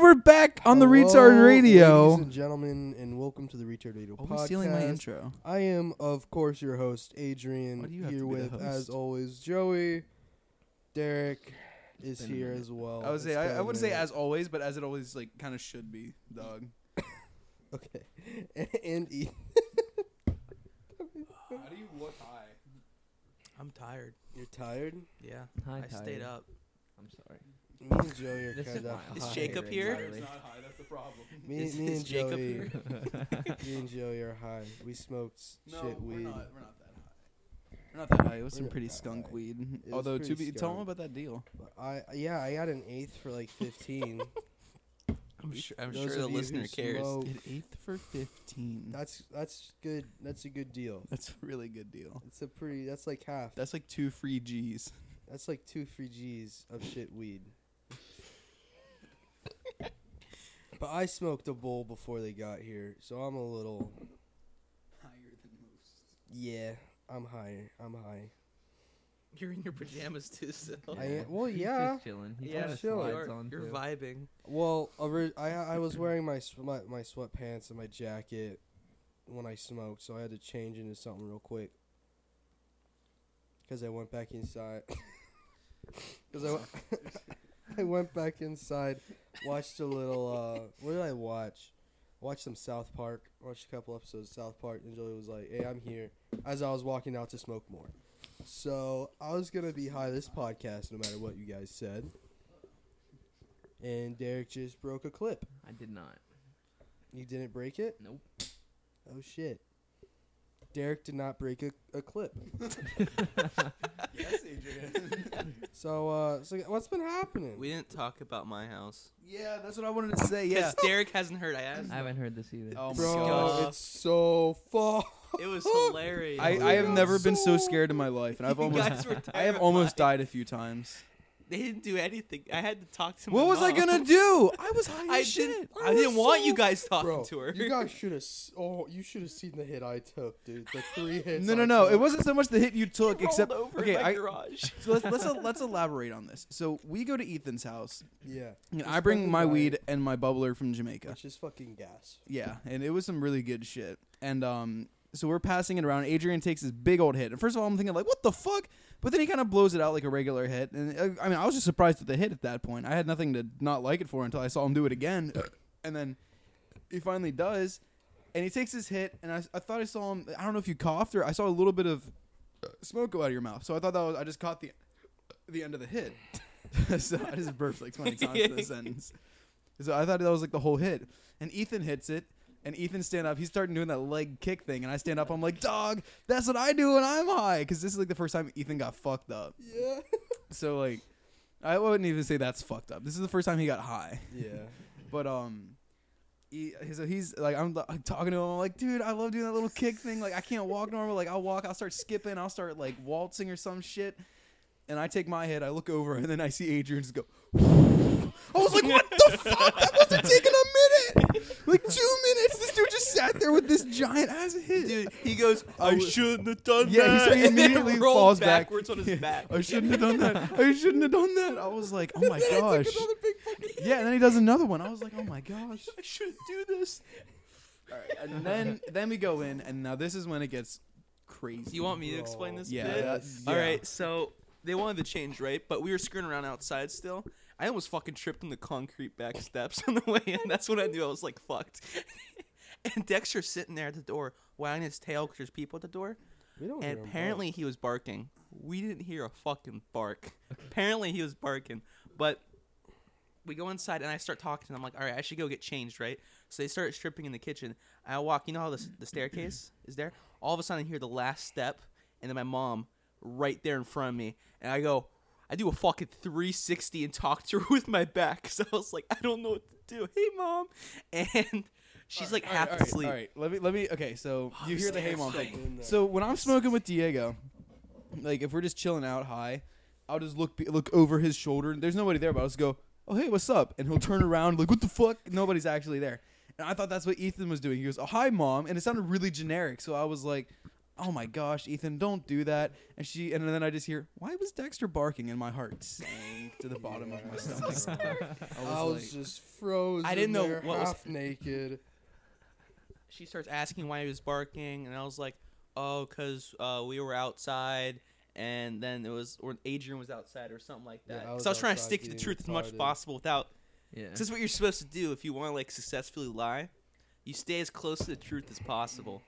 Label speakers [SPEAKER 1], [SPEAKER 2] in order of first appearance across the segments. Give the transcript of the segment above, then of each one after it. [SPEAKER 1] we're back on the Retard
[SPEAKER 2] Hello,
[SPEAKER 1] Radio.
[SPEAKER 2] Ladies and gentlemen, and welcome to the Retard Radio
[SPEAKER 1] Always
[SPEAKER 2] podcast.
[SPEAKER 1] stealing my intro.
[SPEAKER 2] I am, of course, your host, Adrian.
[SPEAKER 1] Why do you have to
[SPEAKER 2] here
[SPEAKER 1] be the
[SPEAKER 2] with, as
[SPEAKER 1] host?
[SPEAKER 2] always, Joey. Derek is
[SPEAKER 1] Been a
[SPEAKER 2] here
[SPEAKER 1] minute.
[SPEAKER 2] as well.
[SPEAKER 1] I would say
[SPEAKER 2] Oh,
[SPEAKER 1] I,
[SPEAKER 2] It's been
[SPEAKER 1] I
[SPEAKER 2] a
[SPEAKER 1] would say
[SPEAKER 2] minute.
[SPEAKER 1] as always, but as it always like kind of should be, dog.
[SPEAKER 2] Okay. and E, Ethan.
[SPEAKER 1] How do you look high?
[SPEAKER 3] I'm tired.
[SPEAKER 2] You're tired?
[SPEAKER 3] Yeah,
[SPEAKER 4] Hi,
[SPEAKER 3] I stayed
[SPEAKER 4] Tyler.
[SPEAKER 3] up.
[SPEAKER 4] I'm sorry.
[SPEAKER 2] Me and Joey are
[SPEAKER 4] This is
[SPEAKER 2] kind of
[SPEAKER 4] my-
[SPEAKER 3] Is
[SPEAKER 2] high
[SPEAKER 3] Jacob
[SPEAKER 2] right
[SPEAKER 3] here?
[SPEAKER 2] now.
[SPEAKER 4] Entirely.
[SPEAKER 1] not high. That's the problem.
[SPEAKER 2] Me,
[SPEAKER 3] Is-
[SPEAKER 2] me
[SPEAKER 3] is
[SPEAKER 2] and
[SPEAKER 3] Jacob
[SPEAKER 2] Joey,
[SPEAKER 3] here?
[SPEAKER 2] me and Joey are high. We smoked
[SPEAKER 1] No,
[SPEAKER 2] shit
[SPEAKER 1] we're
[SPEAKER 2] weed.
[SPEAKER 1] not. We're not that high. We're not that high. It was
[SPEAKER 2] We're
[SPEAKER 1] some
[SPEAKER 2] not
[SPEAKER 1] pretty
[SPEAKER 2] that
[SPEAKER 1] skunk
[SPEAKER 2] high.
[SPEAKER 1] weed.
[SPEAKER 2] was
[SPEAKER 1] Although to
[SPEAKER 2] pretty
[SPEAKER 1] be, tell them
[SPEAKER 2] skunk.
[SPEAKER 1] about that deal.
[SPEAKER 2] But I yeah, I got an eighth for like fifteen.
[SPEAKER 3] I'm sure. I'm
[SPEAKER 2] Those
[SPEAKER 3] sure
[SPEAKER 2] of
[SPEAKER 3] the
[SPEAKER 2] you who
[SPEAKER 3] listener cares.
[SPEAKER 2] smoke-
[SPEAKER 1] Did eighth for fifteen.
[SPEAKER 2] That's that's good. That's a good deal.
[SPEAKER 1] That's a really good deal.
[SPEAKER 2] It's a pretty. That's like half.
[SPEAKER 1] That's like two free G's.
[SPEAKER 2] That's like two free G's of shit weed. but I smoked a bowl before they got here, so I'm a little.
[SPEAKER 1] Higher than most.
[SPEAKER 2] Yeah, I'm higher. I'm high.
[SPEAKER 3] You're in your pajamas too, still.
[SPEAKER 2] I am, well, yeah.
[SPEAKER 4] He's just chilling. He
[SPEAKER 3] yeah,
[SPEAKER 4] yeah,
[SPEAKER 2] kinda
[SPEAKER 3] you
[SPEAKER 2] slides
[SPEAKER 3] are,
[SPEAKER 4] on
[SPEAKER 3] you're
[SPEAKER 4] too.
[SPEAKER 3] vibing.
[SPEAKER 2] Well, ori- I I was wearing my sw- my my sweatpants and my jacket when I smoked, so I had to change into something real quick. Cause I went back inside. Cause I went, I went back inside, watched a little. uh What did I watch? Watched some South Park. Watched a couple episodes of South Park, and Joey was like, "Hey, I'm here." As I was walking out to smoke more, so I was gonna be high this podcast no matter what you guys said. And Derek just broke a clip.
[SPEAKER 4] I did not.
[SPEAKER 2] You didn't break it?
[SPEAKER 4] Nope.
[SPEAKER 2] Oh shit. Derek did not break a, a clip.
[SPEAKER 1] yes, Adrian.
[SPEAKER 2] So uh so what's been happening?
[SPEAKER 3] We didn't talk about my house.
[SPEAKER 1] yeah, that's what I wanted to say. Yeah.
[SPEAKER 3] Yes, Derek hasn't heard. I asked.
[SPEAKER 4] I haven't heard this either.
[SPEAKER 1] Oh my
[SPEAKER 2] Bro,
[SPEAKER 1] gosh.
[SPEAKER 3] God.
[SPEAKER 2] it's so far.
[SPEAKER 3] It was hilarious.
[SPEAKER 1] I, I have never been so scared in my life, and I've
[SPEAKER 3] You
[SPEAKER 1] almost
[SPEAKER 3] guys were
[SPEAKER 1] I have almost
[SPEAKER 3] terrified.
[SPEAKER 1] died a few times.
[SPEAKER 3] They didn't do anything. I had to talk to. my
[SPEAKER 1] What was I
[SPEAKER 3] mom.
[SPEAKER 1] gonna do? I was high as
[SPEAKER 3] I
[SPEAKER 1] shit.
[SPEAKER 3] didn't.
[SPEAKER 1] I
[SPEAKER 3] I
[SPEAKER 1] was
[SPEAKER 3] didn't want
[SPEAKER 1] so-
[SPEAKER 3] you guys talking
[SPEAKER 2] Bro,
[SPEAKER 3] to her.
[SPEAKER 2] you guys should have. Oh, you should have seen the hit I took, dude. The three hits.
[SPEAKER 1] No, no,
[SPEAKER 2] I
[SPEAKER 1] no.
[SPEAKER 2] took.
[SPEAKER 1] It wasn't so much the hit you took,
[SPEAKER 3] Rolled
[SPEAKER 1] except
[SPEAKER 3] over
[SPEAKER 1] okay.
[SPEAKER 3] in my
[SPEAKER 1] I,
[SPEAKER 3] garage.
[SPEAKER 1] so let's let's let's elaborate on this. So we go to Ethan's house,
[SPEAKER 2] Yeah,
[SPEAKER 1] and
[SPEAKER 2] Just
[SPEAKER 1] I bring
[SPEAKER 2] fucking
[SPEAKER 1] my
[SPEAKER 2] buy
[SPEAKER 1] weed
[SPEAKER 2] it.
[SPEAKER 1] and my bubbler from Jamaica.
[SPEAKER 2] which is fucking gas.
[SPEAKER 1] Yeah, and it was some really good shit. And um, so we're passing it around. Adrian takes this big old hit, and first of all, I'm thinking like, what the fuck? But then he kind of blows it out like a regular hit, and uh, I mean, I was just surprised at the hit at that point. I had nothing to not like it for until I saw him do it again, and then he finally does, and he takes his hit, and I, I thought I saw him. I don't know if you coughed or I saw a little bit of smoke go out of your mouth, so I thought that was I just caught the the end of the hit. so I just burped like 20 times in the sentence. So I thought that was like the whole hit. And Ethan hits it. And Ethan stand up. He's starting doing that leg kick thing. And I stand up. I'm like, dog, that's what I do when I'm high. Because this is like the first time Ethan got fucked up.
[SPEAKER 2] Yeah.
[SPEAKER 1] So like, I wouldn't even say that's fucked up. This is the first time he got high.
[SPEAKER 2] yeah.
[SPEAKER 1] But um, he, so he's like, I'm like, talking to him. I'm like, dude, I love doing that little kick thing. Like, I can't walk normal. Like, I'll walk. I'll start skipping. I'll start like waltzing or some shit. And I take my head. I look over, and then I see Adrian just go. I was like, what the fuck? That must have taken a minute, like two minutes. This dude just sat there with this giant ass hit.
[SPEAKER 3] Dude, he goes.
[SPEAKER 1] I
[SPEAKER 3] I
[SPEAKER 1] was-
[SPEAKER 3] shouldn't have done
[SPEAKER 1] Yeah, he
[SPEAKER 3] that.
[SPEAKER 1] said he
[SPEAKER 3] and then
[SPEAKER 1] immediately
[SPEAKER 3] rolled
[SPEAKER 1] falls back.
[SPEAKER 3] backwards on his
[SPEAKER 1] Yeah.
[SPEAKER 3] back.
[SPEAKER 1] I shouldn't have done that. I shouldn't have done that. I was like, oh my
[SPEAKER 2] Then I
[SPEAKER 1] gosh.
[SPEAKER 2] took another big fucking hit.
[SPEAKER 1] Yeah, and then he does another one. I was like, oh my gosh.
[SPEAKER 3] I shouldn't do this.
[SPEAKER 1] and then then we go in, and now this is when it gets crazy.
[SPEAKER 3] Do you want me to explain
[SPEAKER 2] Bro.
[SPEAKER 3] this
[SPEAKER 1] Yeah,
[SPEAKER 3] bit?
[SPEAKER 1] that-
[SPEAKER 3] All
[SPEAKER 1] yeah.
[SPEAKER 3] right, so they wanted to change, right? But we were screwing around outside still. I almost fucking tripped on the concrete back steps on the way in. That's when I knew I was like fucked. and Dexter's sitting there at the door, wagging his tail because there's people at the door.
[SPEAKER 2] We don't
[SPEAKER 3] And
[SPEAKER 2] hear 'em
[SPEAKER 3] apparently he was barking. We didn't hear a fucking bark. apparently he was barking. But we go inside and I start talking to them. I'm like, all right, I should go get changed, right? So they start stripping in the kitchen. I walk, you know how this, the staircase is there? All of a sudden I hear the last step and then my mom right there in front of me. And I go, I do a fucking 360 and talk to her with my back. So I was like, I don't know what to do. Hey, mom. And she's like half asleep.
[SPEAKER 1] All right, let me let me. Okay, so you hear the hey mom
[SPEAKER 2] all.
[SPEAKER 1] thing.
[SPEAKER 2] In there.
[SPEAKER 1] So when I'm smoking with Diego, like if we're just chilling out high, I'll just look look over his shoulder. and There's nobody there, but I'll just go, oh hey, what's up? And he'll turn around like, what the fuck? Nobody's actually there. And I thought that's what Ethan was doing. He goes, oh hi mom, and it sounded really generic. So I was like, oh my gosh, Ethan, don't do that. And she, and then I just hear, why was Dexter barking? And my heart sank to the bottom of my
[SPEAKER 2] Yeah.
[SPEAKER 1] stomach. I was
[SPEAKER 2] I was
[SPEAKER 1] like-
[SPEAKER 2] just frozen.
[SPEAKER 3] I didn't know
[SPEAKER 2] there,
[SPEAKER 3] what was-
[SPEAKER 2] half naked.
[SPEAKER 3] she starts asking why he was barking, and I was like, "Oh, cause uh, we were outside, and then it was or Adrian was outside or something like
[SPEAKER 2] Yeah,
[SPEAKER 3] that."
[SPEAKER 2] I was
[SPEAKER 3] so I was trying to
[SPEAKER 2] outside
[SPEAKER 3] stick to the
[SPEAKER 2] being
[SPEAKER 3] truth as much as
[SPEAKER 2] retarded.
[SPEAKER 3] possible without.
[SPEAKER 4] Yeah.
[SPEAKER 3] This is what you're supposed to do if you want to like successfully lie. You stay as close to the truth as possible.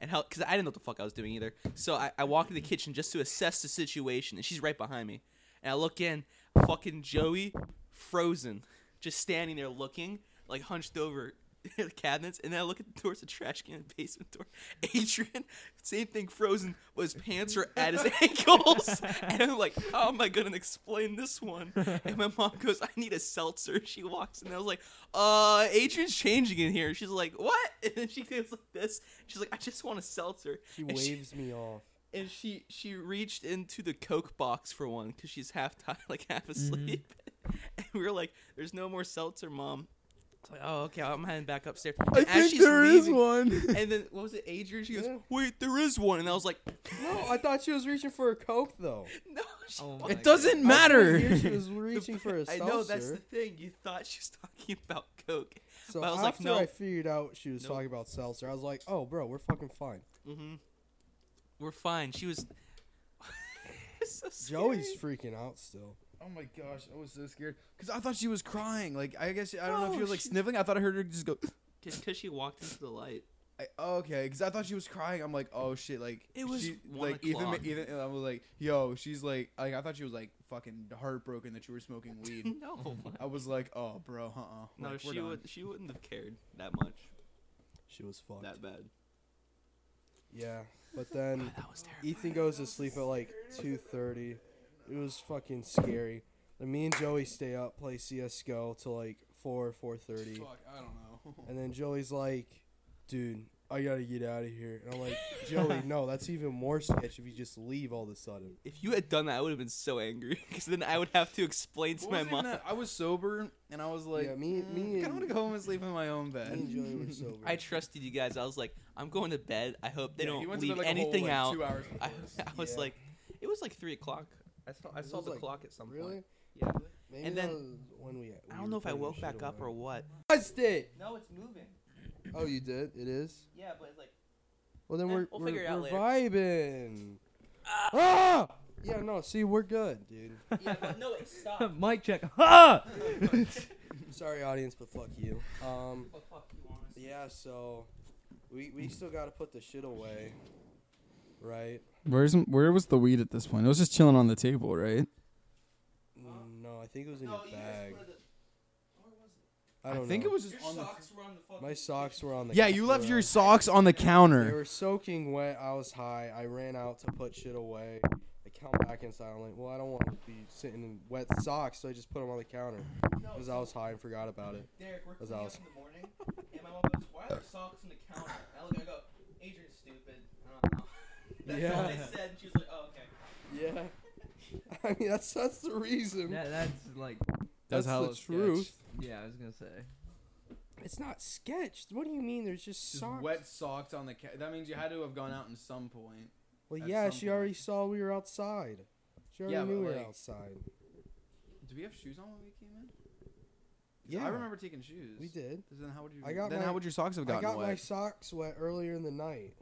[SPEAKER 3] And how, because I didn't know what the fuck I was doing either. So I, I walk in the kitchen just to assess the situation, and she's right behind me. And I look in, fucking Joey, frozen, just standing there looking, like hunched over the cabinets. And then I look at the doors, the trash can, and basement door. Adrian, same thing, frozen, but his pants are at his ankles. And I'm like, how am I going to explain this one? And my mom goes, I need a seltzer. She walks in, and I was like, uh, Adrian's changing in here. She's like, what? And then she goes like this. She's like, I just want a seltzer.
[SPEAKER 2] She
[SPEAKER 3] And
[SPEAKER 2] waves me off.
[SPEAKER 3] and she she reached into the coke box for one because she's half tired like
[SPEAKER 2] Mm-hmm.
[SPEAKER 3] half asleep and we were like there's no more seltzer mom it's like oh okay i'm heading back upstairs
[SPEAKER 1] I
[SPEAKER 3] And as
[SPEAKER 1] think
[SPEAKER 3] she's
[SPEAKER 1] there is
[SPEAKER 3] leaving-
[SPEAKER 1] one.
[SPEAKER 3] and then what was it adrian she goes
[SPEAKER 2] Yeah.
[SPEAKER 3] wait there is one and i was like
[SPEAKER 2] No, Oh, I thought she was reaching for a coke though.
[SPEAKER 3] no she
[SPEAKER 4] Oh
[SPEAKER 3] fucking-
[SPEAKER 4] my
[SPEAKER 1] it doesn't
[SPEAKER 2] I couldn't hear
[SPEAKER 1] matter.
[SPEAKER 2] She was reaching for a
[SPEAKER 3] I
[SPEAKER 2] seltzer.
[SPEAKER 3] know that's the thing you thought she was talking about coke
[SPEAKER 2] so
[SPEAKER 3] but I was like,
[SPEAKER 2] after
[SPEAKER 3] no.
[SPEAKER 2] I figured out she was
[SPEAKER 3] No.
[SPEAKER 2] talking about seltzer, I was like, "Oh, bro, we're fucking fine."
[SPEAKER 3] mm-hmm. we're fine she was It's so scary.
[SPEAKER 2] Joey's freaking out still.
[SPEAKER 1] Oh my gosh, I was so scared because I thought she was crying. Like I guess I don't know if
[SPEAKER 3] No,
[SPEAKER 1] she was like
[SPEAKER 3] Oh, she-
[SPEAKER 1] sniffling. I thought I heard her just go.
[SPEAKER 3] just because she walked into the light
[SPEAKER 1] I, okay, because I thought she was crying. I'm like, oh shit, like
[SPEAKER 3] It was
[SPEAKER 1] she,
[SPEAKER 3] one
[SPEAKER 1] like Ethan, ma-
[SPEAKER 3] o'clock.
[SPEAKER 1] Ethan. And I was like, yo, she's like, like I thought she was like fucking heartbroken that you were smoking weed.
[SPEAKER 3] no
[SPEAKER 1] I was like, oh bro, uh, uh
[SPEAKER 3] No,
[SPEAKER 1] like, we're
[SPEAKER 3] she
[SPEAKER 1] done.
[SPEAKER 3] would. She wouldn't have cared that much,
[SPEAKER 2] She was fucked.
[SPEAKER 3] that bad.
[SPEAKER 2] Yeah, but then
[SPEAKER 3] That was terrible.
[SPEAKER 2] Ethan goes to sleep at like two thirty. It was fucking scary. And me and Joey stay up, play CS:GO till like four, four thirty,
[SPEAKER 1] Fuck, I don't know.
[SPEAKER 2] and then Joey's like, "Dude, I gotta get out of here." And I'm like, "Joey, no, that's even more sketch if you just leave all of a sudden."
[SPEAKER 3] If you had done that, I would have been so angry because then I would have to explain to
[SPEAKER 1] What
[SPEAKER 3] my
[SPEAKER 1] was even
[SPEAKER 3] mom.
[SPEAKER 1] that? I was sober and I was like,
[SPEAKER 2] Yeah, me-
[SPEAKER 1] mm,
[SPEAKER 2] me
[SPEAKER 1] kind of
[SPEAKER 2] and-
[SPEAKER 1] want to go home and sleep in my own
[SPEAKER 2] Me
[SPEAKER 1] bed.
[SPEAKER 2] and Joey were sober.
[SPEAKER 3] I trusted you guys. I was like, I'm going to bed. I hope they
[SPEAKER 1] Yeah, he
[SPEAKER 3] don't
[SPEAKER 1] went to
[SPEAKER 3] leave
[SPEAKER 1] bed, like, a whole,
[SPEAKER 3] anything
[SPEAKER 1] like,
[SPEAKER 3] out.
[SPEAKER 1] Two hours before
[SPEAKER 3] I,
[SPEAKER 1] us.
[SPEAKER 3] I was
[SPEAKER 2] Yeah.
[SPEAKER 3] like, it was like three o'clock. I saw I
[SPEAKER 2] It
[SPEAKER 3] saw
[SPEAKER 2] was
[SPEAKER 3] the
[SPEAKER 2] like-
[SPEAKER 3] clock at some
[SPEAKER 2] really?
[SPEAKER 3] point. Yeah.
[SPEAKER 2] Maybe
[SPEAKER 3] And
[SPEAKER 2] that
[SPEAKER 3] then-
[SPEAKER 2] was when we,
[SPEAKER 3] I don't know if I woke back up or what.
[SPEAKER 2] watched it.
[SPEAKER 3] No, it's moving.
[SPEAKER 2] Oh, you did. It is.
[SPEAKER 3] Yeah, but it's like
[SPEAKER 2] Well, then
[SPEAKER 3] Eh,
[SPEAKER 2] we're
[SPEAKER 3] we'll
[SPEAKER 2] we're,
[SPEAKER 3] figure it out
[SPEAKER 2] we're
[SPEAKER 3] later.
[SPEAKER 2] vibing. Ah! Yeah, no. See, we're good, dude.
[SPEAKER 3] yeah, but no, uh, it stopped.
[SPEAKER 4] Mic check. Ha!
[SPEAKER 2] Sorry, audience, but fuck you. Um,
[SPEAKER 3] But fuck you, honestly.
[SPEAKER 2] yeah. So, we we still gotta put the shit away, right?
[SPEAKER 1] Where's where was the weed at this point? It was just chilling on the table, right?
[SPEAKER 2] No, I think it was in
[SPEAKER 3] No,
[SPEAKER 2] your
[SPEAKER 3] you guys
[SPEAKER 2] bag.
[SPEAKER 3] put it. Where was it?
[SPEAKER 2] I don't
[SPEAKER 1] think
[SPEAKER 2] know.
[SPEAKER 1] it was just
[SPEAKER 3] Your
[SPEAKER 1] on the.
[SPEAKER 3] socks were on the fucking.
[SPEAKER 2] My socks were on the.
[SPEAKER 1] Yeah, you left
[SPEAKER 2] were
[SPEAKER 1] your
[SPEAKER 2] on-
[SPEAKER 1] socks on the
[SPEAKER 2] They
[SPEAKER 1] counter.
[SPEAKER 2] were soaking wet. I was high. I ran out to put shit away. I come back inside. I'm like, well, I don't want to be sitting in wet socks, so I just put them on the counter
[SPEAKER 3] No,
[SPEAKER 2] because I was high and forgot about it.
[SPEAKER 3] Derek, we're
[SPEAKER 2] As
[SPEAKER 3] cleaning
[SPEAKER 2] I was-
[SPEAKER 3] up in the morning, and my mom goes, "Why are there socks on the counter?" And I look, I go, "Adrian's stupid." I don't know. That's all
[SPEAKER 2] Yeah.
[SPEAKER 3] they said, and she was like, "Oh, okay."
[SPEAKER 2] Yeah. I mean, that's that's the reason.
[SPEAKER 4] that, that's like,
[SPEAKER 2] That's the
[SPEAKER 1] it's
[SPEAKER 2] truth.
[SPEAKER 1] sketched.
[SPEAKER 4] yeah, I was gonna say.
[SPEAKER 2] It's not sketched. What do you mean? There's just
[SPEAKER 1] Just
[SPEAKER 2] socks.
[SPEAKER 1] wet socks on the. Ca- that means you had to have gone out in some point.
[SPEAKER 2] Well,
[SPEAKER 1] at
[SPEAKER 2] yeah,
[SPEAKER 1] some
[SPEAKER 2] she already
[SPEAKER 1] point.
[SPEAKER 2] saw we were outside. She already
[SPEAKER 1] Yeah, but,
[SPEAKER 2] knew we were
[SPEAKER 1] like-
[SPEAKER 2] outside.
[SPEAKER 1] Did we have shoes on when we came in? 'Cause
[SPEAKER 2] Yeah,
[SPEAKER 1] I remember taking shoes.
[SPEAKER 2] we did.
[SPEAKER 1] Then how would you?
[SPEAKER 2] I got
[SPEAKER 1] then
[SPEAKER 2] my-
[SPEAKER 1] how would your socks have
[SPEAKER 2] I
[SPEAKER 1] gotten
[SPEAKER 2] got
[SPEAKER 1] wet?
[SPEAKER 2] my socks wet earlier in the night.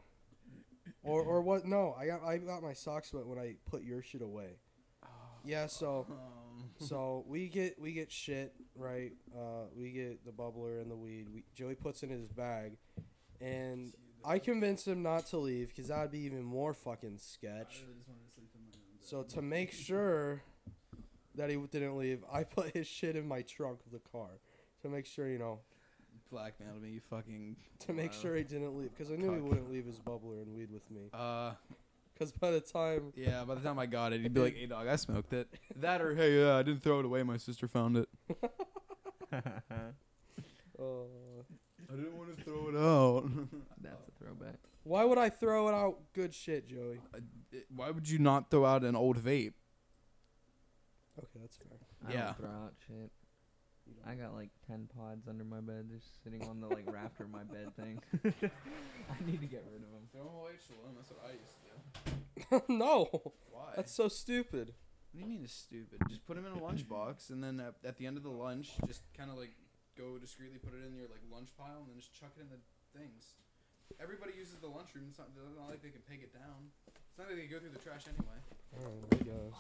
[SPEAKER 2] Or or what? No, I got I got my socks wet when I put your shit away. Yeah, so
[SPEAKER 1] Um,
[SPEAKER 2] so we get we get shit right. Uh, we get the bubbler and the weed. We, Joey puts it in his bag, and I convince him not to leave because that'd be even more fucking sketch. So to make sure that he didn't leave, I put his shit in my trunk of the car to make sure you know
[SPEAKER 1] blackmailed me, you fucking.
[SPEAKER 2] to make
[SPEAKER 1] Wow.
[SPEAKER 2] sure he didn't leave because I knew he
[SPEAKER 1] Cuck.
[SPEAKER 2] wouldn't leave his bubbler and weed with me.
[SPEAKER 1] Uh,
[SPEAKER 2] Because by the time
[SPEAKER 1] yeah. By the time I got it, he'd be like, "Hey, dog, I smoked it." That or, "Hey, yeah, I didn't throw it away. My sister found it.
[SPEAKER 2] uh,
[SPEAKER 1] I didn't want to throw it out."
[SPEAKER 4] that's a throwback.
[SPEAKER 2] why would I throw it out? Good shit, Joey.
[SPEAKER 1] Why would you not throw out an old vape?
[SPEAKER 2] Okay, that's fair.
[SPEAKER 4] I
[SPEAKER 1] Yeah.
[SPEAKER 4] don't throw out shit. I got like ten pods under my bed. They're sitting on the like rafter of my bed thing. I need to get rid of them.
[SPEAKER 1] Throw them away, Shalom. That's what I used to do.
[SPEAKER 2] no,
[SPEAKER 1] Why?
[SPEAKER 2] that's so stupid.
[SPEAKER 1] What do you mean it's stupid? Just put them in a lunchbox, and then at, at the end of the lunch, just kind of like go discreetly put it in your like lunch pile, and then just chuck it in the things. Everybody uses the lunchroom. It's not, it's not like they can peg it down. It's not like they go through the trash anyway.
[SPEAKER 2] I don't know, I guess.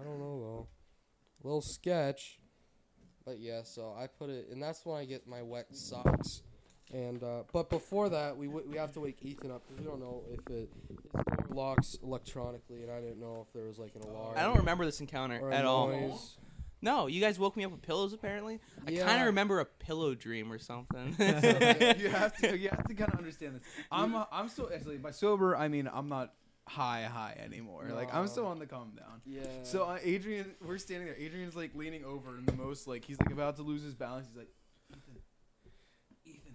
[SPEAKER 2] I don't know though. Little sketch. But yeah, so I put it, and that's when I get my wet socks. And uh, but before that, we w- we have to wake Ethan up because we don't know if it his door locks electronically, and I didn't know if there was like an alarm.
[SPEAKER 3] I don't remember this encounter
[SPEAKER 2] or a
[SPEAKER 3] at all.
[SPEAKER 2] noise.
[SPEAKER 3] No, you guys woke me up with pillows apparently. I kind
[SPEAKER 2] Yeah.
[SPEAKER 3] of remember a pillow dream or something.
[SPEAKER 1] you have to you have to kind of understand this. I'm uh, I'm still actually by sober. I mean I'm not high high anymore. Like I'm still
[SPEAKER 2] No.
[SPEAKER 1] on the calm down.
[SPEAKER 2] Yeah.
[SPEAKER 1] So uh, Adrian, we're standing there. Adrian's like leaning over, and the most like he's like about to lose his balance. He's like, Ethan,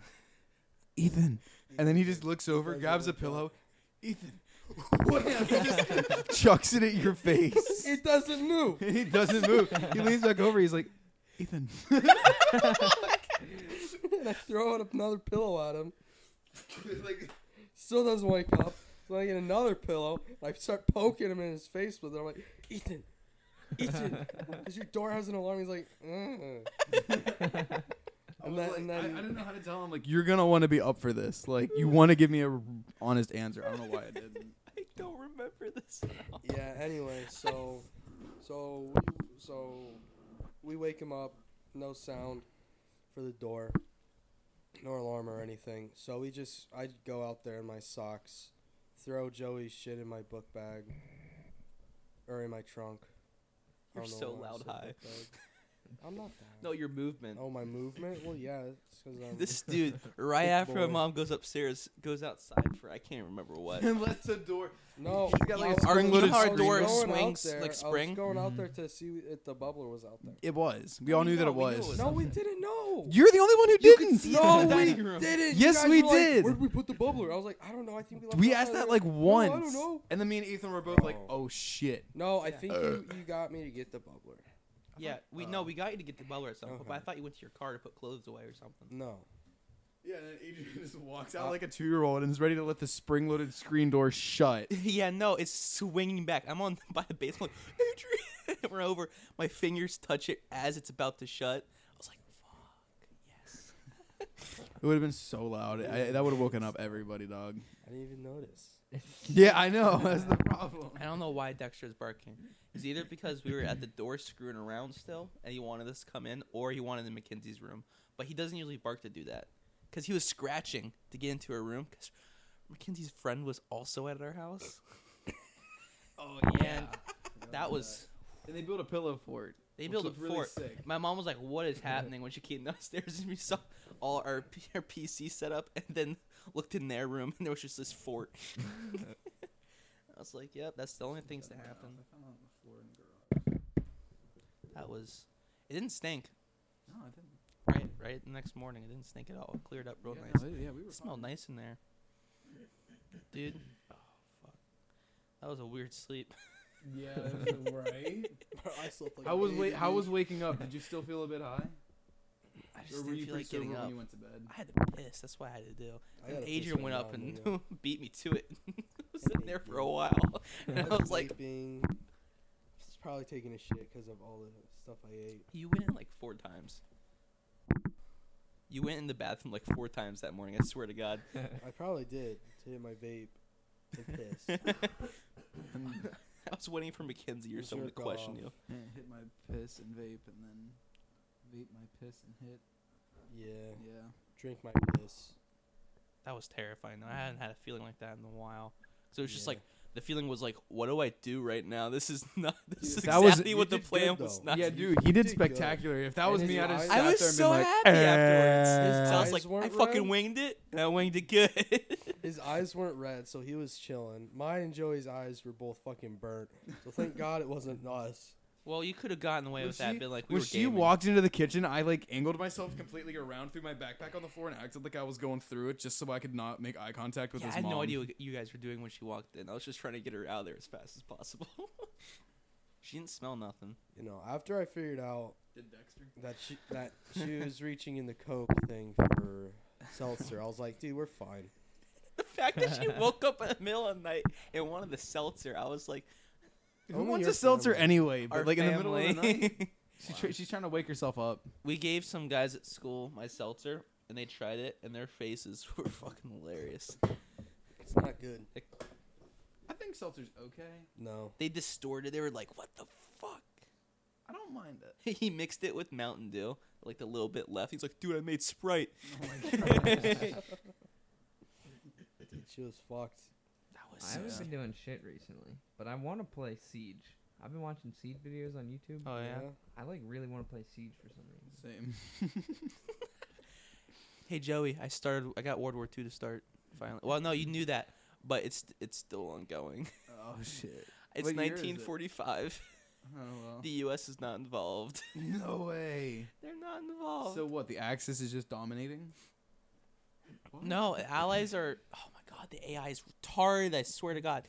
[SPEAKER 1] Ethan, Ethan, and then he just looks over,
[SPEAKER 2] Doesn't
[SPEAKER 1] grabs a
[SPEAKER 2] look up.
[SPEAKER 1] pillow, Ethan, wham, he just chucks it at your face.
[SPEAKER 2] it doesn't move.
[SPEAKER 1] he doesn't move. He leans back over. He's like, Ethan.
[SPEAKER 2] and I throw out another pillow at him.
[SPEAKER 1] like,
[SPEAKER 2] Still doesn't wake up. So I get another pillow. And I start poking him in his face with it. I'm like, Ethan, Ethan, does your door has an alarm? He's like, mm.
[SPEAKER 1] I, was
[SPEAKER 2] And then-
[SPEAKER 1] like-
[SPEAKER 2] and
[SPEAKER 1] I-
[SPEAKER 2] then-
[SPEAKER 1] I didn't know how to tell him. Like, you're gonna want to be up for this. Like, you want to give me a r- honest answer. I don't know why I didn't.
[SPEAKER 3] I don't remember this. Now.
[SPEAKER 2] yeah. Anyway, so, so, so, we wake him up. No sound for the door. No alarm or anything. So we just, I go out there in my socks, throw Joey's shit in my book bag, or in my trunk. I
[SPEAKER 3] You're
[SPEAKER 2] don't know
[SPEAKER 3] so
[SPEAKER 2] why I
[SPEAKER 3] loud
[SPEAKER 2] said
[SPEAKER 3] high.
[SPEAKER 2] book bag. I'm not that.
[SPEAKER 3] No, your movement.
[SPEAKER 2] Oh, my movement? Well, yeah. It's 'cause I'm,
[SPEAKER 3] This dude, right
[SPEAKER 2] Big
[SPEAKER 3] after my
[SPEAKER 2] boy.
[SPEAKER 3] mom goes upstairs, goes outside for I can't remember what.
[SPEAKER 1] Unless the door.
[SPEAKER 2] no,
[SPEAKER 1] He's got, like,
[SPEAKER 2] I
[SPEAKER 1] a
[SPEAKER 2] was
[SPEAKER 1] spring loaded
[SPEAKER 2] going- I was
[SPEAKER 1] spring.
[SPEAKER 2] going
[SPEAKER 3] Door
[SPEAKER 2] out
[SPEAKER 3] swings,
[SPEAKER 2] there.
[SPEAKER 3] like
[SPEAKER 2] I
[SPEAKER 3] spring.
[SPEAKER 2] was going out
[SPEAKER 4] Mhm.
[SPEAKER 2] there to see if the bubbler was out there.
[SPEAKER 1] It was. We all knew that it
[SPEAKER 3] we knew it
[SPEAKER 1] was.
[SPEAKER 3] was
[SPEAKER 2] No, we didn't know.
[SPEAKER 1] You're the only one who
[SPEAKER 3] You could
[SPEAKER 1] didn't.
[SPEAKER 3] see it in
[SPEAKER 2] no,
[SPEAKER 3] the
[SPEAKER 2] we
[SPEAKER 3] dining room.
[SPEAKER 1] Yes,
[SPEAKER 2] didn't. you guys
[SPEAKER 1] we
[SPEAKER 2] were like,
[SPEAKER 1] did.
[SPEAKER 2] Where did we put the bubbler? I was like, I don't know. I think we left.
[SPEAKER 1] We
[SPEAKER 2] it out
[SPEAKER 1] asked that
[SPEAKER 2] there."
[SPEAKER 1] like
[SPEAKER 2] "No, I
[SPEAKER 1] once.
[SPEAKER 2] don't know."
[SPEAKER 1] And then me and Ethan were both like,
[SPEAKER 2] Oh.
[SPEAKER 1] oh shit.
[SPEAKER 2] No, I
[SPEAKER 3] Yeah.
[SPEAKER 2] think you,
[SPEAKER 3] Uh,
[SPEAKER 2] you got me to get the bubbler.
[SPEAKER 3] Yeah, we no, we got you to get the butler or something, but I
[SPEAKER 2] Okay.
[SPEAKER 3] thought you went to your car to put clothes away or something.
[SPEAKER 2] No.
[SPEAKER 1] Yeah, and then Adrian just walks out like a two year old and is ready to let the spring loaded screen door shut.
[SPEAKER 3] yeah, no, it's swinging back. I'm on by the basement. Adrian, we're over. My fingers touch it as it's about to shut. I was like, "Fuck, yes."
[SPEAKER 1] It would have been so loud. I, that would have woken up everybody, dog.
[SPEAKER 2] I didn't even notice.
[SPEAKER 1] Yeah, I know. That's the problem.
[SPEAKER 3] I don't know why Dexter's barking. It's either because we were at the door screwing around still, and he wanted us to come in, or he wanted in Mackenzie's room. But he doesn't usually bark to do that, because he was scratching to get into her room. Because Mackenzie's friend was also at our house.
[SPEAKER 1] Oh,
[SPEAKER 3] and that was
[SPEAKER 1] And they built a pillow fort.
[SPEAKER 3] they
[SPEAKER 1] which
[SPEAKER 3] built a
[SPEAKER 1] looked really
[SPEAKER 3] fort.
[SPEAKER 1] sick.
[SPEAKER 3] My mom was like, "What is happening?" When she came downstairs and we saw all our, P- our PC set up, and then looked in their room and there was just this fort. I was like, "Yep, that's the only things that happen."
[SPEAKER 1] I found it on the floor in the garage.
[SPEAKER 3] That was. It didn't stink.
[SPEAKER 1] No, I didn't.
[SPEAKER 3] Right, right. The next morning, it didn't stink at all. It cleared up real nice.
[SPEAKER 1] Yeah, no, yeah, we were
[SPEAKER 3] It smelled nice in there, dude. Oh fuck, that was a weird sleep.
[SPEAKER 1] Yeah, right.
[SPEAKER 2] I slept like
[SPEAKER 1] How was
[SPEAKER 2] a
[SPEAKER 1] wait? How
[SPEAKER 2] baby.
[SPEAKER 1] was waking up? Did you still feel a bit high,
[SPEAKER 3] I just
[SPEAKER 1] or were
[SPEAKER 3] didn't
[SPEAKER 1] you
[SPEAKER 3] feel
[SPEAKER 1] pretty
[SPEAKER 3] like
[SPEAKER 1] sober
[SPEAKER 3] getting
[SPEAKER 1] when
[SPEAKER 3] up.
[SPEAKER 1] you went to bed?
[SPEAKER 3] I had to piss. That's what I had to do.
[SPEAKER 2] I
[SPEAKER 3] And
[SPEAKER 2] gotta piss
[SPEAKER 3] Adrian
[SPEAKER 2] right
[SPEAKER 3] went
[SPEAKER 2] now,
[SPEAKER 3] up and
[SPEAKER 2] I'm
[SPEAKER 3] beat me to it. I was sitting there for a while, and
[SPEAKER 2] gonna-
[SPEAKER 3] I was like,
[SPEAKER 2] Sleeping. He's probably taking a shit because of all the stuff I ate.
[SPEAKER 3] "You went in like four times. You went in the bathroom like four times that morning. I swear to God."
[SPEAKER 2] I probably did to hit my vape and piss.
[SPEAKER 3] I was waiting for Mackenzie or
[SPEAKER 2] You
[SPEAKER 3] someone to
[SPEAKER 2] jerk off.
[SPEAKER 3] question you.
[SPEAKER 1] Yeah, hit my piss and vape, and then vape my piss and hit.
[SPEAKER 2] yeah.
[SPEAKER 1] Yeah.
[SPEAKER 2] Drink my piss.
[SPEAKER 3] That was terrifying. I hadn't had a feeling like that in a while. So it was just
[SPEAKER 2] Yeah.
[SPEAKER 3] like the feeling was like, "What do I do right now? This is not. This is
[SPEAKER 1] that was-
[SPEAKER 3] exactly
[SPEAKER 2] you
[SPEAKER 3] what the
[SPEAKER 2] did
[SPEAKER 3] plan
[SPEAKER 2] good,
[SPEAKER 3] was
[SPEAKER 2] though.
[SPEAKER 3] not."
[SPEAKER 1] yeah,
[SPEAKER 2] you-
[SPEAKER 1] dude, he
[SPEAKER 2] you
[SPEAKER 1] did
[SPEAKER 2] did good.
[SPEAKER 1] spectacular. If that was
[SPEAKER 2] And
[SPEAKER 1] me,
[SPEAKER 2] his
[SPEAKER 1] I'd have
[SPEAKER 2] eyes-
[SPEAKER 1] sat
[SPEAKER 3] I was
[SPEAKER 1] there and
[SPEAKER 3] so
[SPEAKER 1] been like,
[SPEAKER 3] happy afterwards.
[SPEAKER 1] "Eh."
[SPEAKER 3] So I was
[SPEAKER 2] eyes
[SPEAKER 3] like, I
[SPEAKER 2] weren't
[SPEAKER 3] fucking
[SPEAKER 2] red.
[SPEAKER 3] winged it, and I winged it good.
[SPEAKER 2] His eyes weren't red, so he was chilling. Mine and Joey's eyes were both fucking burnt. So thank God it wasn't us.
[SPEAKER 3] Well, you could have gotten away
[SPEAKER 1] When
[SPEAKER 3] with that,
[SPEAKER 1] she-
[SPEAKER 3] been like we
[SPEAKER 1] when
[SPEAKER 3] were
[SPEAKER 1] she
[SPEAKER 3] gaming.
[SPEAKER 1] walked into the kitchen, I like angled myself completely around, threw my backpack on the floor, and acted like I was going through it just so I could not make eye contact with
[SPEAKER 3] yeah, I
[SPEAKER 1] his
[SPEAKER 3] had
[SPEAKER 1] mom.
[SPEAKER 3] no idea what you guys were doing when she walked in. I was just trying to get her out of there as fast as possible. she didn't smell nothing.
[SPEAKER 2] You know, after I figured out
[SPEAKER 4] Did Dexter?
[SPEAKER 2] that she that she was reaching in the coke thing for seltzer. I was like, dude, we're fine.
[SPEAKER 3] The fact that she woke up in the middle of the night and wanted the seltzer, I was like,
[SPEAKER 1] Who
[SPEAKER 2] Only
[SPEAKER 1] wants
[SPEAKER 2] your
[SPEAKER 1] a seltzer
[SPEAKER 2] family.
[SPEAKER 1] anyway? But
[SPEAKER 3] our
[SPEAKER 1] like
[SPEAKER 3] family.
[SPEAKER 1] in the middle of the night, she tra- she's trying to wake herself up.
[SPEAKER 3] we gave some guys at school my seltzer, and they tried it, and their faces were fucking hilarious.
[SPEAKER 2] It's not good.
[SPEAKER 1] I think seltzer's okay.
[SPEAKER 2] No.
[SPEAKER 3] They distorted. They were like, "What the fuck."
[SPEAKER 1] I don't mind it.
[SPEAKER 3] he mixed it with Mountain Dew, like the little bit left. He's like, dude, I made Sprite. that
[SPEAKER 2] Dude, she was fucked.
[SPEAKER 3] was
[SPEAKER 4] I
[SPEAKER 3] so
[SPEAKER 4] haven't
[SPEAKER 3] sick.
[SPEAKER 4] been doing shit recently, but I want to play Siege. I've been watching Siege videos on YouTube.
[SPEAKER 3] Oh yeah.
[SPEAKER 4] I like really want to play Siege for some reason.
[SPEAKER 1] Same.
[SPEAKER 3] Hey Joey, I started. I got World War II to start finally. Well, no, you knew that, but it's it's still ongoing.
[SPEAKER 1] oh shit.
[SPEAKER 3] It's
[SPEAKER 1] What year is it?
[SPEAKER 3] 1945.
[SPEAKER 1] Oh well.
[SPEAKER 3] The U.S. is not involved.
[SPEAKER 1] No way.
[SPEAKER 3] They're not involved.
[SPEAKER 1] So what? The Axis is just dominating.
[SPEAKER 3] no, allies are. Oh my god, the AI is retarded. I swear to God,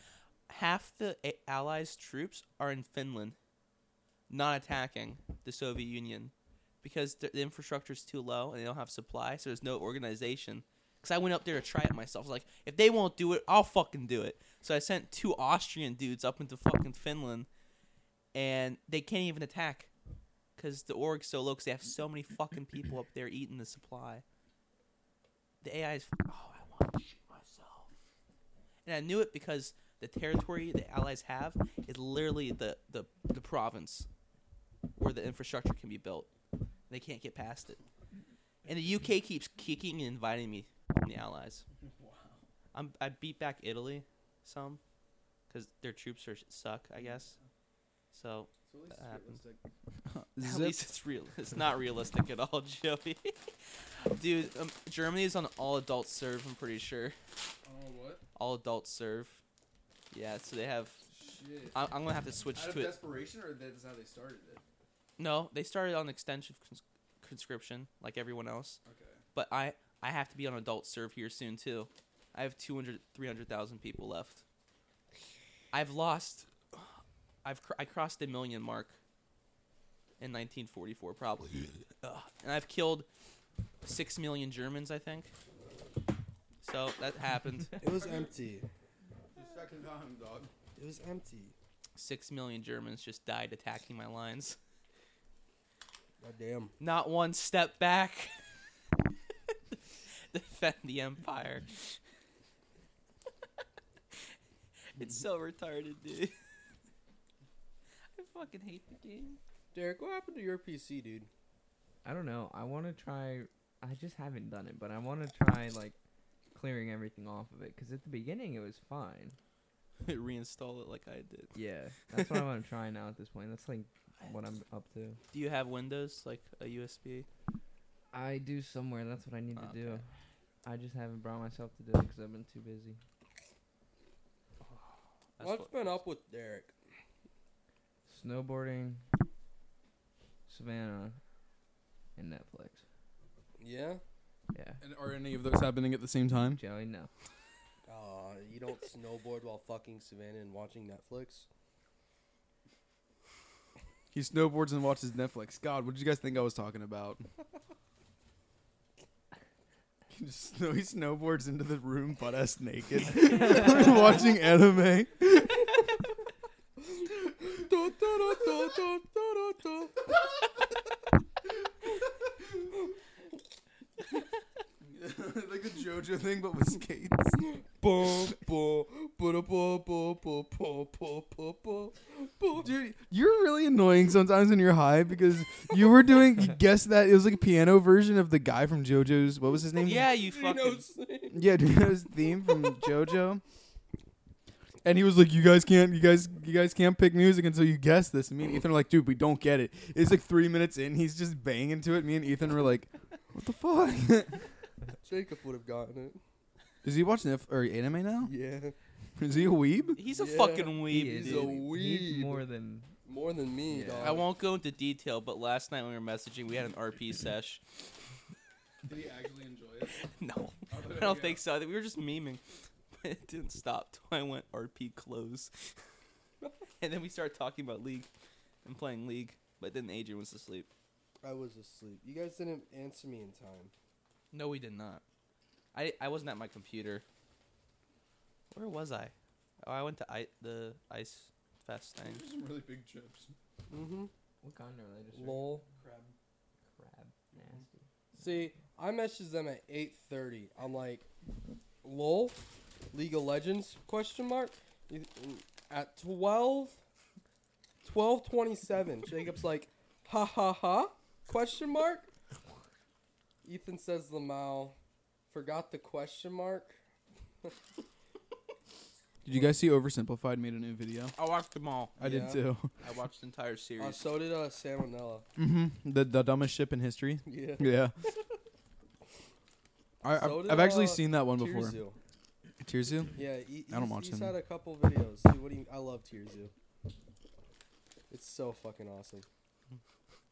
[SPEAKER 3] half the a- allies' troops are in Finland, not attacking the Soviet Union, because the, the infrastructure is too low and they don't have supply, so there's no organization. Because I went up there to try it myself. I was like, if they won't do it, I'll fucking do it. So I sent two Austrian dudes up into fucking Finland, and they can't even attack. Because the org's so low, because they have so many fucking people up there eating the supply the AI is. Oh, I want to shoot myself. And I knew it because the territory the allies have is literally the the, the province where the infrastructure can be built. They can't get past it. And the UK keeps kicking and inviting me from the allies. Wow. I'm, I beat back Italy some because their troops are suck, I guess. So That happened. at
[SPEAKER 1] Zip.
[SPEAKER 3] least it's real. It's not realistic at all, Joey. Dude, um, Germany is on all adult serve. I'm pretty sure
[SPEAKER 1] Oh what?
[SPEAKER 3] all adults serve. Yeah, so they have.
[SPEAKER 1] Shit.
[SPEAKER 3] I, I'm gonna have to switch to it.
[SPEAKER 1] desperation, or that's how they started it.
[SPEAKER 3] No, they started on extension cons- conscription like everyone else,
[SPEAKER 1] Okay.
[SPEAKER 3] but I I have to be on adult serve here soon too. I have 200 300,000 people left. I've lost. I've cr- I crossed the million mark. In 1944, probably, Ugh. and I've killed six million Germans, I think. So that happened.
[SPEAKER 2] It was empty.
[SPEAKER 1] The second time, dog.
[SPEAKER 2] It was empty.
[SPEAKER 3] six million Germans just died attacking my lines.
[SPEAKER 2] God damn.
[SPEAKER 3] not one step back. Defend the empire. it's so retarded, dude. I fucking hate the game.
[SPEAKER 2] Derek, what happened to your PC, dude?
[SPEAKER 4] I don't know. I want to try. I just haven't done it, but I want to try like clearing everything off of it because at the beginning it was fine.
[SPEAKER 3] Reinstall it like I did.
[SPEAKER 4] Yeah, that's what I want to try now at this point. That's like what I'm up to.
[SPEAKER 3] Do you have Windows like a USB?
[SPEAKER 4] I do somewhere. That's what I need
[SPEAKER 3] Okay.
[SPEAKER 4] to do. I just haven't brought myself to do it because I've been too busy.
[SPEAKER 3] That's
[SPEAKER 2] What's
[SPEAKER 3] what-
[SPEAKER 2] been up with Derek?
[SPEAKER 4] Snowboarding, Savannah, and Netflix.
[SPEAKER 2] Yeah?
[SPEAKER 4] Yeah,
[SPEAKER 1] And are any of those happening at the same time?
[SPEAKER 4] Joey, no.
[SPEAKER 2] Uh, you don't snowboard while fucking Savannah and watching Netflix?
[SPEAKER 1] He snowboards and watches Netflix. God, what did you guys think I was talking about? He just snow- he snowboards into the room butt ass naked, watching anime. like the JoJo thing, but with skates. Dude, you're really annoying sometimes when you're high because you were doing. You guessed that it was like a piano version of the guy from JoJo's. What was his name?
[SPEAKER 3] Yeah, you fucking.
[SPEAKER 1] Yeah, dude, that was the theme from JoJo. And he was like, "You guys can't, you guys, you guys can't pick music until you guess this." And me and Ethan are like, "Dude, we don't get it." It's like three minutes in, he's just banging to it. Me and Ethan were like, "What the fuck?"
[SPEAKER 2] Jacob would have gotten it.
[SPEAKER 1] Does he watch Nef- or anime now?
[SPEAKER 2] Yeah.
[SPEAKER 1] Is he a weeb?
[SPEAKER 3] He's a
[SPEAKER 2] Yeah,
[SPEAKER 3] fucking
[SPEAKER 4] He
[SPEAKER 3] weeb.
[SPEAKER 4] is-
[SPEAKER 2] He's
[SPEAKER 3] dude.
[SPEAKER 2] a
[SPEAKER 4] He's
[SPEAKER 2] weeb.
[SPEAKER 4] more than
[SPEAKER 2] More than me,
[SPEAKER 4] Yeah.
[SPEAKER 2] dog.
[SPEAKER 3] I won't go into detail, but last night when we were messaging, we had an RP sesh.
[SPEAKER 1] Did he actually enjoy it?
[SPEAKER 3] No, I don't think so. I think we were just memeing. But it didn't stop till I went RP close. and then we started talking about League and playing League. But then Adrian was asleep.
[SPEAKER 2] I was asleep. You guys didn't answer me in time.
[SPEAKER 3] No, we did not. I I wasn't at my computer. Where was I? Oh, I went to I, the ice fest thing.
[SPEAKER 5] There's some really big chips.
[SPEAKER 2] Mm-hmm.
[SPEAKER 4] What kind are they? Just
[SPEAKER 2] Lol.
[SPEAKER 5] Crab.
[SPEAKER 4] crab, nasty.
[SPEAKER 2] See, I messaged them at 8:30. I'm like, "Lol, League of Legends?" Question mark. You- At 12, 12:27, Jacob's like, "Ha ha ha?" Question mark. Ethan says Lamau forgot the question mark.
[SPEAKER 1] Did you guys see Oversimplified made a new video?
[SPEAKER 3] I watched them all.
[SPEAKER 1] I did
[SPEAKER 2] Yeah.
[SPEAKER 1] too.
[SPEAKER 3] I watched the entire series.
[SPEAKER 2] Uh, so did uh, Salmonella.
[SPEAKER 1] hmm The the dumbest ship in history.
[SPEAKER 2] Yeah.
[SPEAKER 1] Yeah. I,
[SPEAKER 2] So
[SPEAKER 1] I've,
[SPEAKER 2] did,
[SPEAKER 1] I've actually
[SPEAKER 2] uh,
[SPEAKER 1] seen that one before.
[SPEAKER 2] Tearzu.
[SPEAKER 1] Tearzu?
[SPEAKER 2] Yeah, he,
[SPEAKER 1] I don't
[SPEAKER 2] he's-
[SPEAKER 1] watch
[SPEAKER 2] he's
[SPEAKER 1] him.
[SPEAKER 2] had a couple videos. Dude, what do you, I love Tearzu. It's so fucking awesome.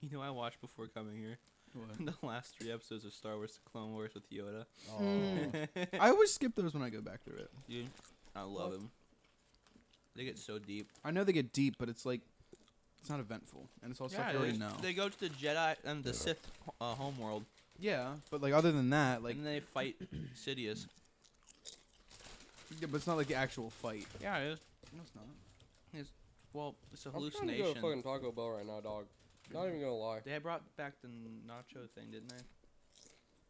[SPEAKER 3] you know, I watched before coming here the last three episodes of Star Wars: The Clone Wars with Yoda.
[SPEAKER 2] Oh.
[SPEAKER 1] Mm. I always skip those when I go back through it.
[SPEAKER 3] Dude, I love him. They get so deep.
[SPEAKER 1] I know they get deep, but it's like it's not eventful, and it's all stuff you already
[SPEAKER 3] they,
[SPEAKER 1] know.
[SPEAKER 3] they go to the Jedi and the Sith uh, homeworld,
[SPEAKER 1] yeah, but like other than that, like
[SPEAKER 3] like, and they fight Sidious.
[SPEAKER 1] yeah, but it's not like the actual fight.
[SPEAKER 3] Yeah, it is.
[SPEAKER 1] No, it's not.
[SPEAKER 3] Well, it's a
[SPEAKER 2] I'm trying to go
[SPEAKER 3] hallucination.
[SPEAKER 2] to fucking Taco Bell right now, dog. Not even gonna lie.
[SPEAKER 3] They brought back the nacho thing, didn't they?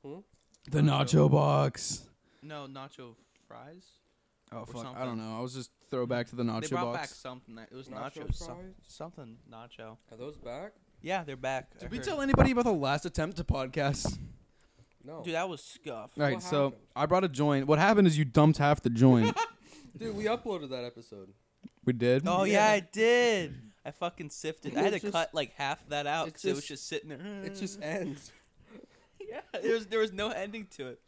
[SPEAKER 1] The
[SPEAKER 3] Nacho.
[SPEAKER 1] nacho box.
[SPEAKER 3] No, nacho fries.
[SPEAKER 1] Oh fuck! I
[SPEAKER 3] something.
[SPEAKER 1] don't know. I was just throw back to the nacho
[SPEAKER 3] they brought back
[SPEAKER 1] box.
[SPEAKER 3] something. That, it was nacho,
[SPEAKER 2] Nacho
[SPEAKER 3] some-
[SPEAKER 2] fries?
[SPEAKER 3] something nacho.
[SPEAKER 2] Are those back?
[SPEAKER 3] Yeah, they're back.
[SPEAKER 1] Did we tell anybody about the last attempt to podcast?
[SPEAKER 2] No.
[SPEAKER 3] Dude, that was scuff.
[SPEAKER 1] All right,
[SPEAKER 2] What
[SPEAKER 1] so
[SPEAKER 2] happened?
[SPEAKER 1] I brought a joint. What happened is you dumped half the joint.
[SPEAKER 2] Dude, we uploaded that episode.
[SPEAKER 1] we did.
[SPEAKER 3] Oh yeah.
[SPEAKER 2] Yeah.
[SPEAKER 3] I did. I fucking sifted. I had to
[SPEAKER 2] It's just-
[SPEAKER 3] cut like half that out
[SPEAKER 2] it's
[SPEAKER 3] because it was
[SPEAKER 2] just-
[SPEAKER 3] just sitting there.
[SPEAKER 2] It just ends.
[SPEAKER 3] yeah. There was there was no ending to it.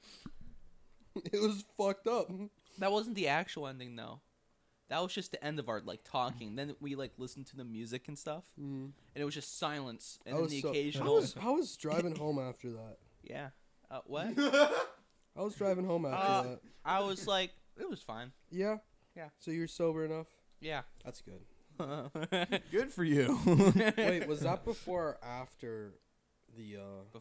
[SPEAKER 2] it was fucked up.
[SPEAKER 3] That wasn't the actual ending though. That was just the end of our like talking. Then we like listened to the music and stuff, and it was just silence and
[SPEAKER 2] I
[SPEAKER 3] then
[SPEAKER 2] was
[SPEAKER 3] the
[SPEAKER 2] so- I
[SPEAKER 3] occasional.
[SPEAKER 2] was I was driving home after that.
[SPEAKER 3] Yeah. Uh, what?
[SPEAKER 2] I was driving home after
[SPEAKER 3] Uh,
[SPEAKER 2] that.
[SPEAKER 3] I was like, it was fine.
[SPEAKER 2] Yeah.
[SPEAKER 3] yeah.
[SPEAKER 2] So you're sober enough.
[SPEAKER 3] Yeah.
[SPEAKER 2] That's good.
[SPEAKER 3] Bef-
[SPEAKER 1] Good for you.
[SPEAKER 2] Wait, was that before or after the? uh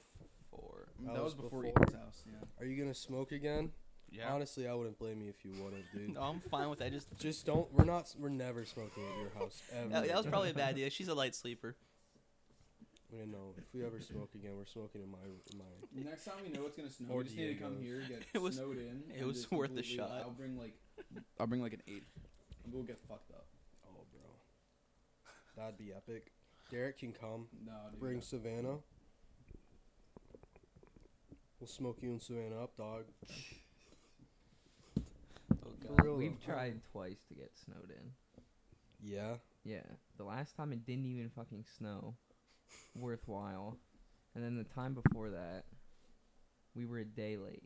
[SPEAKER 3] Before.
[SPEAKER 2] That was before.
[SPEAKER 1] Ethan's house. Yeah.
[SPEAKER 2] Are you gonna smoke again?
[SPEAKER 3] Yeah.
[SPEAKER 2] Honestly, I wouldn't blame you if you wouldn't, dude.
[SPEAKER 3] No, I'm fine with that. I Just
[SPEAKER 2] Just don't. We're not. We're never smoking at your house ever.
[SPEAKER 3] that, that was probably a bad idea. She's a light sleeper.
[SPEAKER 2] Yeah, no. If we ever smoke again, we're smoking in my in my.
[SPEAKER 1] Next time we know it's gonna snow,
[SPEAKER 2] Or we just do need to you come know?
[SPEAKER 1] here, get
[SPEAKER 3] It was-
[SPEAKER 1] snowed in.
[SPEAKER 3] it and was just worth the completely- shot. I'll
[SPEAKER 1] bring like, I'll bring like an eight, and we'll get fucked up.
[SPEAKER 2] Oh, bro, that'd be epic. Derek can come.
[SPEAKER 1] No,
[SPEAKER 2] Bring Savannah. We'll smoke you and Savannah up, dog.
[SPEAKER 3] Oh
[SPEAKER 2] For
[SPEAKER 3] god.
[SPEAKER 2] real,
[SPEAKER 4] We've
[SPEAKER 2] though.
[SPEAKER 4] tried twice to get snowed in.
[SPEAKER 2] Yeah.
[SPEAKER 4] Yeah, the last time it didn't even fucking snow. Worthwhile. And then the time before that, we were a day late.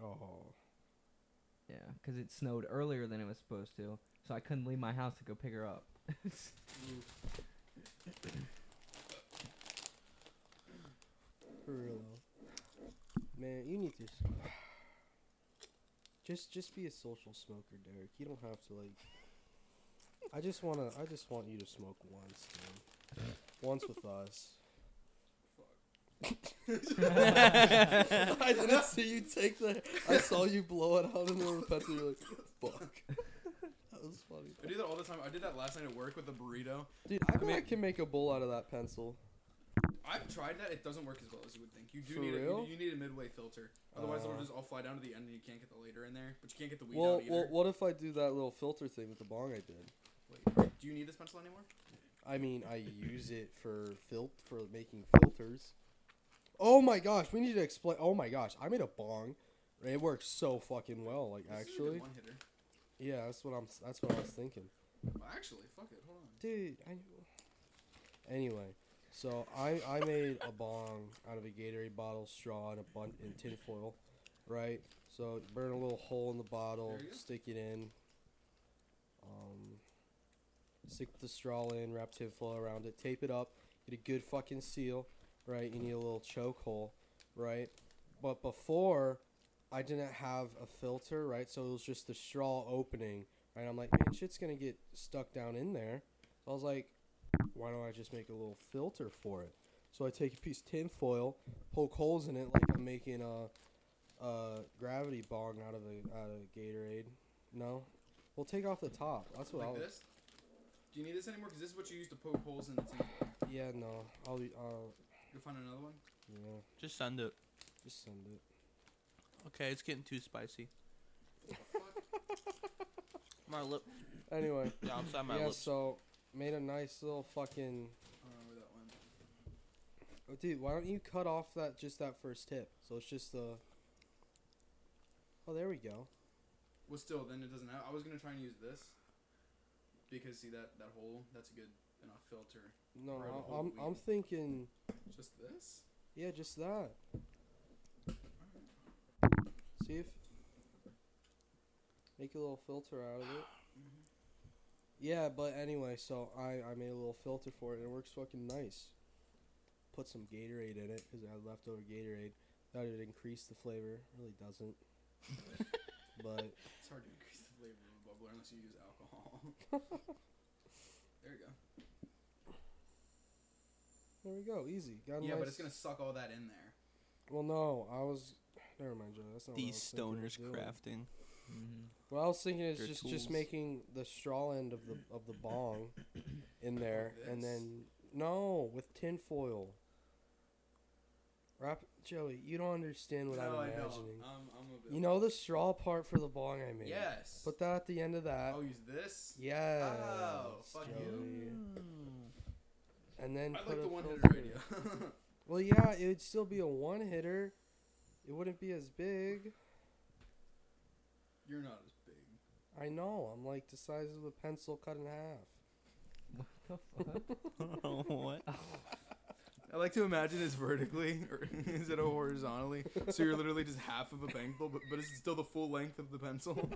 [SPEAKER 2] Oh.
[SPEAKER 4] Yeah, 'cause it snowed earlier than it was supposed to, so I couldn't leave my house to go pick her up.
[SPEAKER 2] For real. though. Man, you need to. s- Just, just be a social smoker, Derek. You don't have to like. I just wanna. I just want you to smoke once, man. Once with us. I didn't see you take the. I saw you blow it out in the repetitive. You're like, fuck. That was funny.
[SPEAKER 1] I do that all the time. I did that last night at work with a burrito.
[SPEAKER 2] Dude, I, bet I can make a bowl out of that pencil.
[SPEAKER 1] I've tried that. It doesn't work as well as you would think. You do
[SPEAKER 2] For
[SPEAKER 1] need
[SPEAKER 2] real?
[SPEAKER 1] A, you, you need a midway filter. Otherwise, it'll
[SPEAKER 2] Uh.
[SPEAKER 1] just all fly down to the end, and you can't get the later in there. But you can't get the weed
[SPEAKER 2] Well,
[SPEAKER 1] out either.
[SPEAKER 2] well, what if I do that little filter thing with the bong I did?
[SPEAKER 1] Wait, do you need this pencil anymore?
[SPEAKER 2] I mean, I use it for fil- for making filters. Oh my gosh, we need to explain. Oh my gosh, I made a bong. It works so fucking well. Like
[SPEAKER 1] This is a good
[SPEAKER 2] actually,
[SPEAKER 1] one hitter.
[SPEAKER 2] yeah, that's what I'm. s- That's what I was thinking,
[SPEAKER 1] Well, actually, fuck it. Hold on.
[SPEAKER 2] dude. I. Anyway, so I I made a bong out of a Gatorade bottle, straw, and a bun and tin foil, right? So burn a little hole in the bottle,
[SPEAKER 1] There you go.
[SPEAKER 2] stick it in. Um, stick the straw in, wrap tin foil around it, tape it up, get a good fucking seal, right? You need a little choke hole, right? But before, I didn't have a filter, right? So it was just the straw opening, right? I'm like, man, shit's gonna get stuck down in there. So I was like, why don't I just make a little filter for it? So I take a piece of tin foil, poke holes in it like I'm making a, a gravity bong out of a out of Gatorade. No, we'll take off the top. That's what I'll.
[SPEAKER 1] Do you need this anymore? Because this is what you use to poke holes in the team.
[SPEAKER 2] Yeah, no, I'll. be- I'll
[SPEAKER 1] You'll find another one.
[SPEAKER 2] yeah,
[SPEAKER 3] Just send it.
[SPEAKER 2] just send it.
[SPEAKER 3] Okay, it's getting too spicy. my lip.
[SPEAKER 2] Anyway,
[SPEAKER 3] Yeah, I'm sorry, my
[SPEAKER 2] yeah.
[SPEAKER 3] lips.
[SPEAKER 2] So made a nice little fucking. Oh, dude, why don't you cut off that just that first tip? So it's just the. Oh, there we go.
[SPEAKER 1] Well, still, then it doesn't have. I was gonna try and use this because see that that hole. That's a good enough filter.
[SPEAKER 2] No,
[SPEAKER 1] Right,
[SPEAKER 2] I-
[SPEAKER 1] oh,
[SPEAKER 2] I'm
[SPEAKER 1] we-
[SPEAKER 2] I'm thinking.
[SPEAKER 1] Just this.
[SPEAKER 2] Yeah, just that. See if make a little filter out of it.
[SPEAKER 1] Mm-hmm.
[SPEAKER 2] Yeah, but anyway, so I I made a little filter for it and it works fucking nice. Put some Gatorade in it because I had leftover Gatorade. Thought it'd increase the flavor. Really doesn't. but
[SPEAKER 1] It's hard to increase the flavor of a bubbler unless you use alcohol. there you go.
[SPEAKER 2] there we go, easy. Got a
[SPEAKER 1] yeah, but
[SPEAKER 2] nice-
[SPEAKER 1] it's gonna suck all that in there.
[SPEAKER 2] Well, no, I was. Never mind, Joe. That's not
[SPEAKER 3] These
[SPEAKER 2] what I was thinking of
[SPEAKER 3] stoners
[SPEAKER 2] doing.
[SPEAKER 3] crafting.
[SPEAKER 4] Mm-hmm.
[SPEAKER 2] What I was thinking is
[SPEAKER 3] Their
[SPEAKER 2] just
[SPEAKER 3] tools.
[SPEAKER 2] just making the straw end of the of the bong in there, and
[SPEAKER 1] this?
[SPEAKER 2] then no with tin foil. Wrap, Joey. You don't understand what
[SPEAKER 1] no,
[SPEAKER 2] I'm
[SPEAKER 1] I don't.
[SPEAKER 2] imagining.
[SPEAKER 1] I'm, I'm a bit
[SPEAKER 2] You know the straw part for the bong I made.
[SPEAKER 1] Yes.
[SPEAKER 2] Put that at the end of that.
[SPEAKER 1] I'll use this.
[SPEAKER 2] Yeah.
[SPEAKER 1] fuck you.
[SPEAKER 2] And then
[SPEAKER 1] I
[SPEAKER 2] put
[SPEAKER 1] like
[SPEAKER 2] a
[SPEAKER 1] the one hitter
[SPEAKER 2] filter.
[SPEAKER 1] radio.
[SPEAKER 2] Well, yeah, it would still be a one hitter. It wouldn't be as big.
[SPEAKER 1] You're not as big.
[SPEAKER 2] I know. I'm like the size of a pencil cut in half.
[SPEAKER 4] What the fuck?
[SPEAKER 3] what?
[SPEAKER 1] I like to imagine this vertically or instead of horizontally. So you're literally just half of a pencil, but, but it's still the full length of the pencil.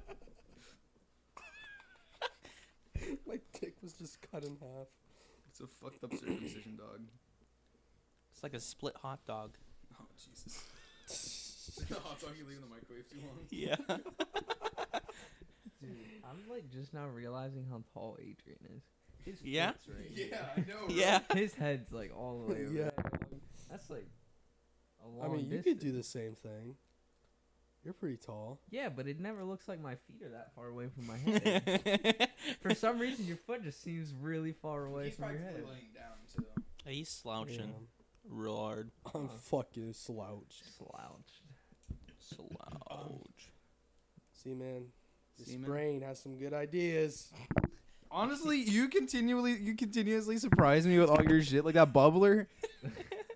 [SPEAKER 2] My dick was just cut in half.
[SPEAKER 1] It's a fucked up circumcision dog.
[SPEAKER 3] It's like a split hot dog.
[SPEAKER 1] Oh Jesus. the hot dog you leave in the microwave too long.
[SPEAKER 3] Yeah.
[SPEAKER 4] Dude, I'm like just now realizing how tall Adrian is. His
[SPEAKER 3] Yeah?
[SPEAKER 4] foot's right here.
[SPEAKER 1] Yeah, I know. right?
[SPEAKER 3] yeah.
[SPEAKER 4] His head's like all the way over
[SPEAKER 2] Yeah.
[SPEAKER 4] there. That's like a long
[SPEAKER 2] I mean, you
[SPEAKER 4] distance.
[SPEAKER 2] could do the same thing. You're pretty tall.
[SPEAKER 4] Yeah, but it never looks like my feet are that far away from my head.
[SPEAKER 3] He's
[SPEAKER 4] For some reason, your foot just seems really far away
[SPEAKER 1] He's
[SPEAKER 4] from your
[SPEAKER 1] practically
[SPEAKER 4] head.
[SPEAKER 1] laying down too.
[SPEAKER 3] slouching
[SPEAKER 2] Yeah.
[SPEAKER 3] real hard.
[SPEAKER 2] I'm
[SPEAKER 4] Huh.
[SPEAKER 2] fucking slouched.
[SPEAKER 4] Slouched.
[SPEAKER 3] Slouch.
[SPEAKER 2] See, man, this
[SPEAKER 1] See, man?
[SPEAKER 2] brain has some good ideas.
[SPEAKER 1] Honestly, you continually you continuously surprise me with all your shit, like that bubbler.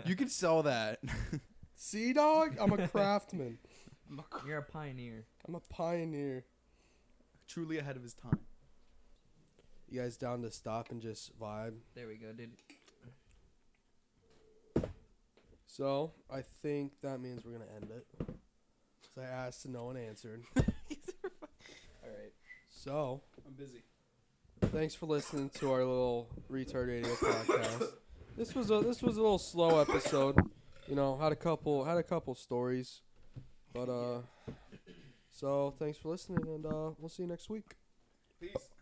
[SPEAKER 1] you could sell that.
[SPEAKER 2] See, dog, I'm a craftsman.
[SPEAKER 4] You're a pioneer.
[SPEAKER 2] I'm a pioneer.
[SPEAKER 1] Truly ahead of his time.
[SPEAKER 2] You guys down to stop and just vibe?
[SPEAKER 4] There we go, dude.
[SPEAKER 2] So I think that means we're gonna end it. 'Cause I asked and no one answered.
[SPEAKER 1] All right,
[SPEAKER 2] So
[SPEAKER 1] I'm busy.
[SPEAKER 2] thanks for listening to our little retard radio podcast. This was a this was a little slow episode. You know, had a couple had a couple stories, but uh, so thanks for listening, and uh, we'll see you next week.
[SPEAKER 1] Peace.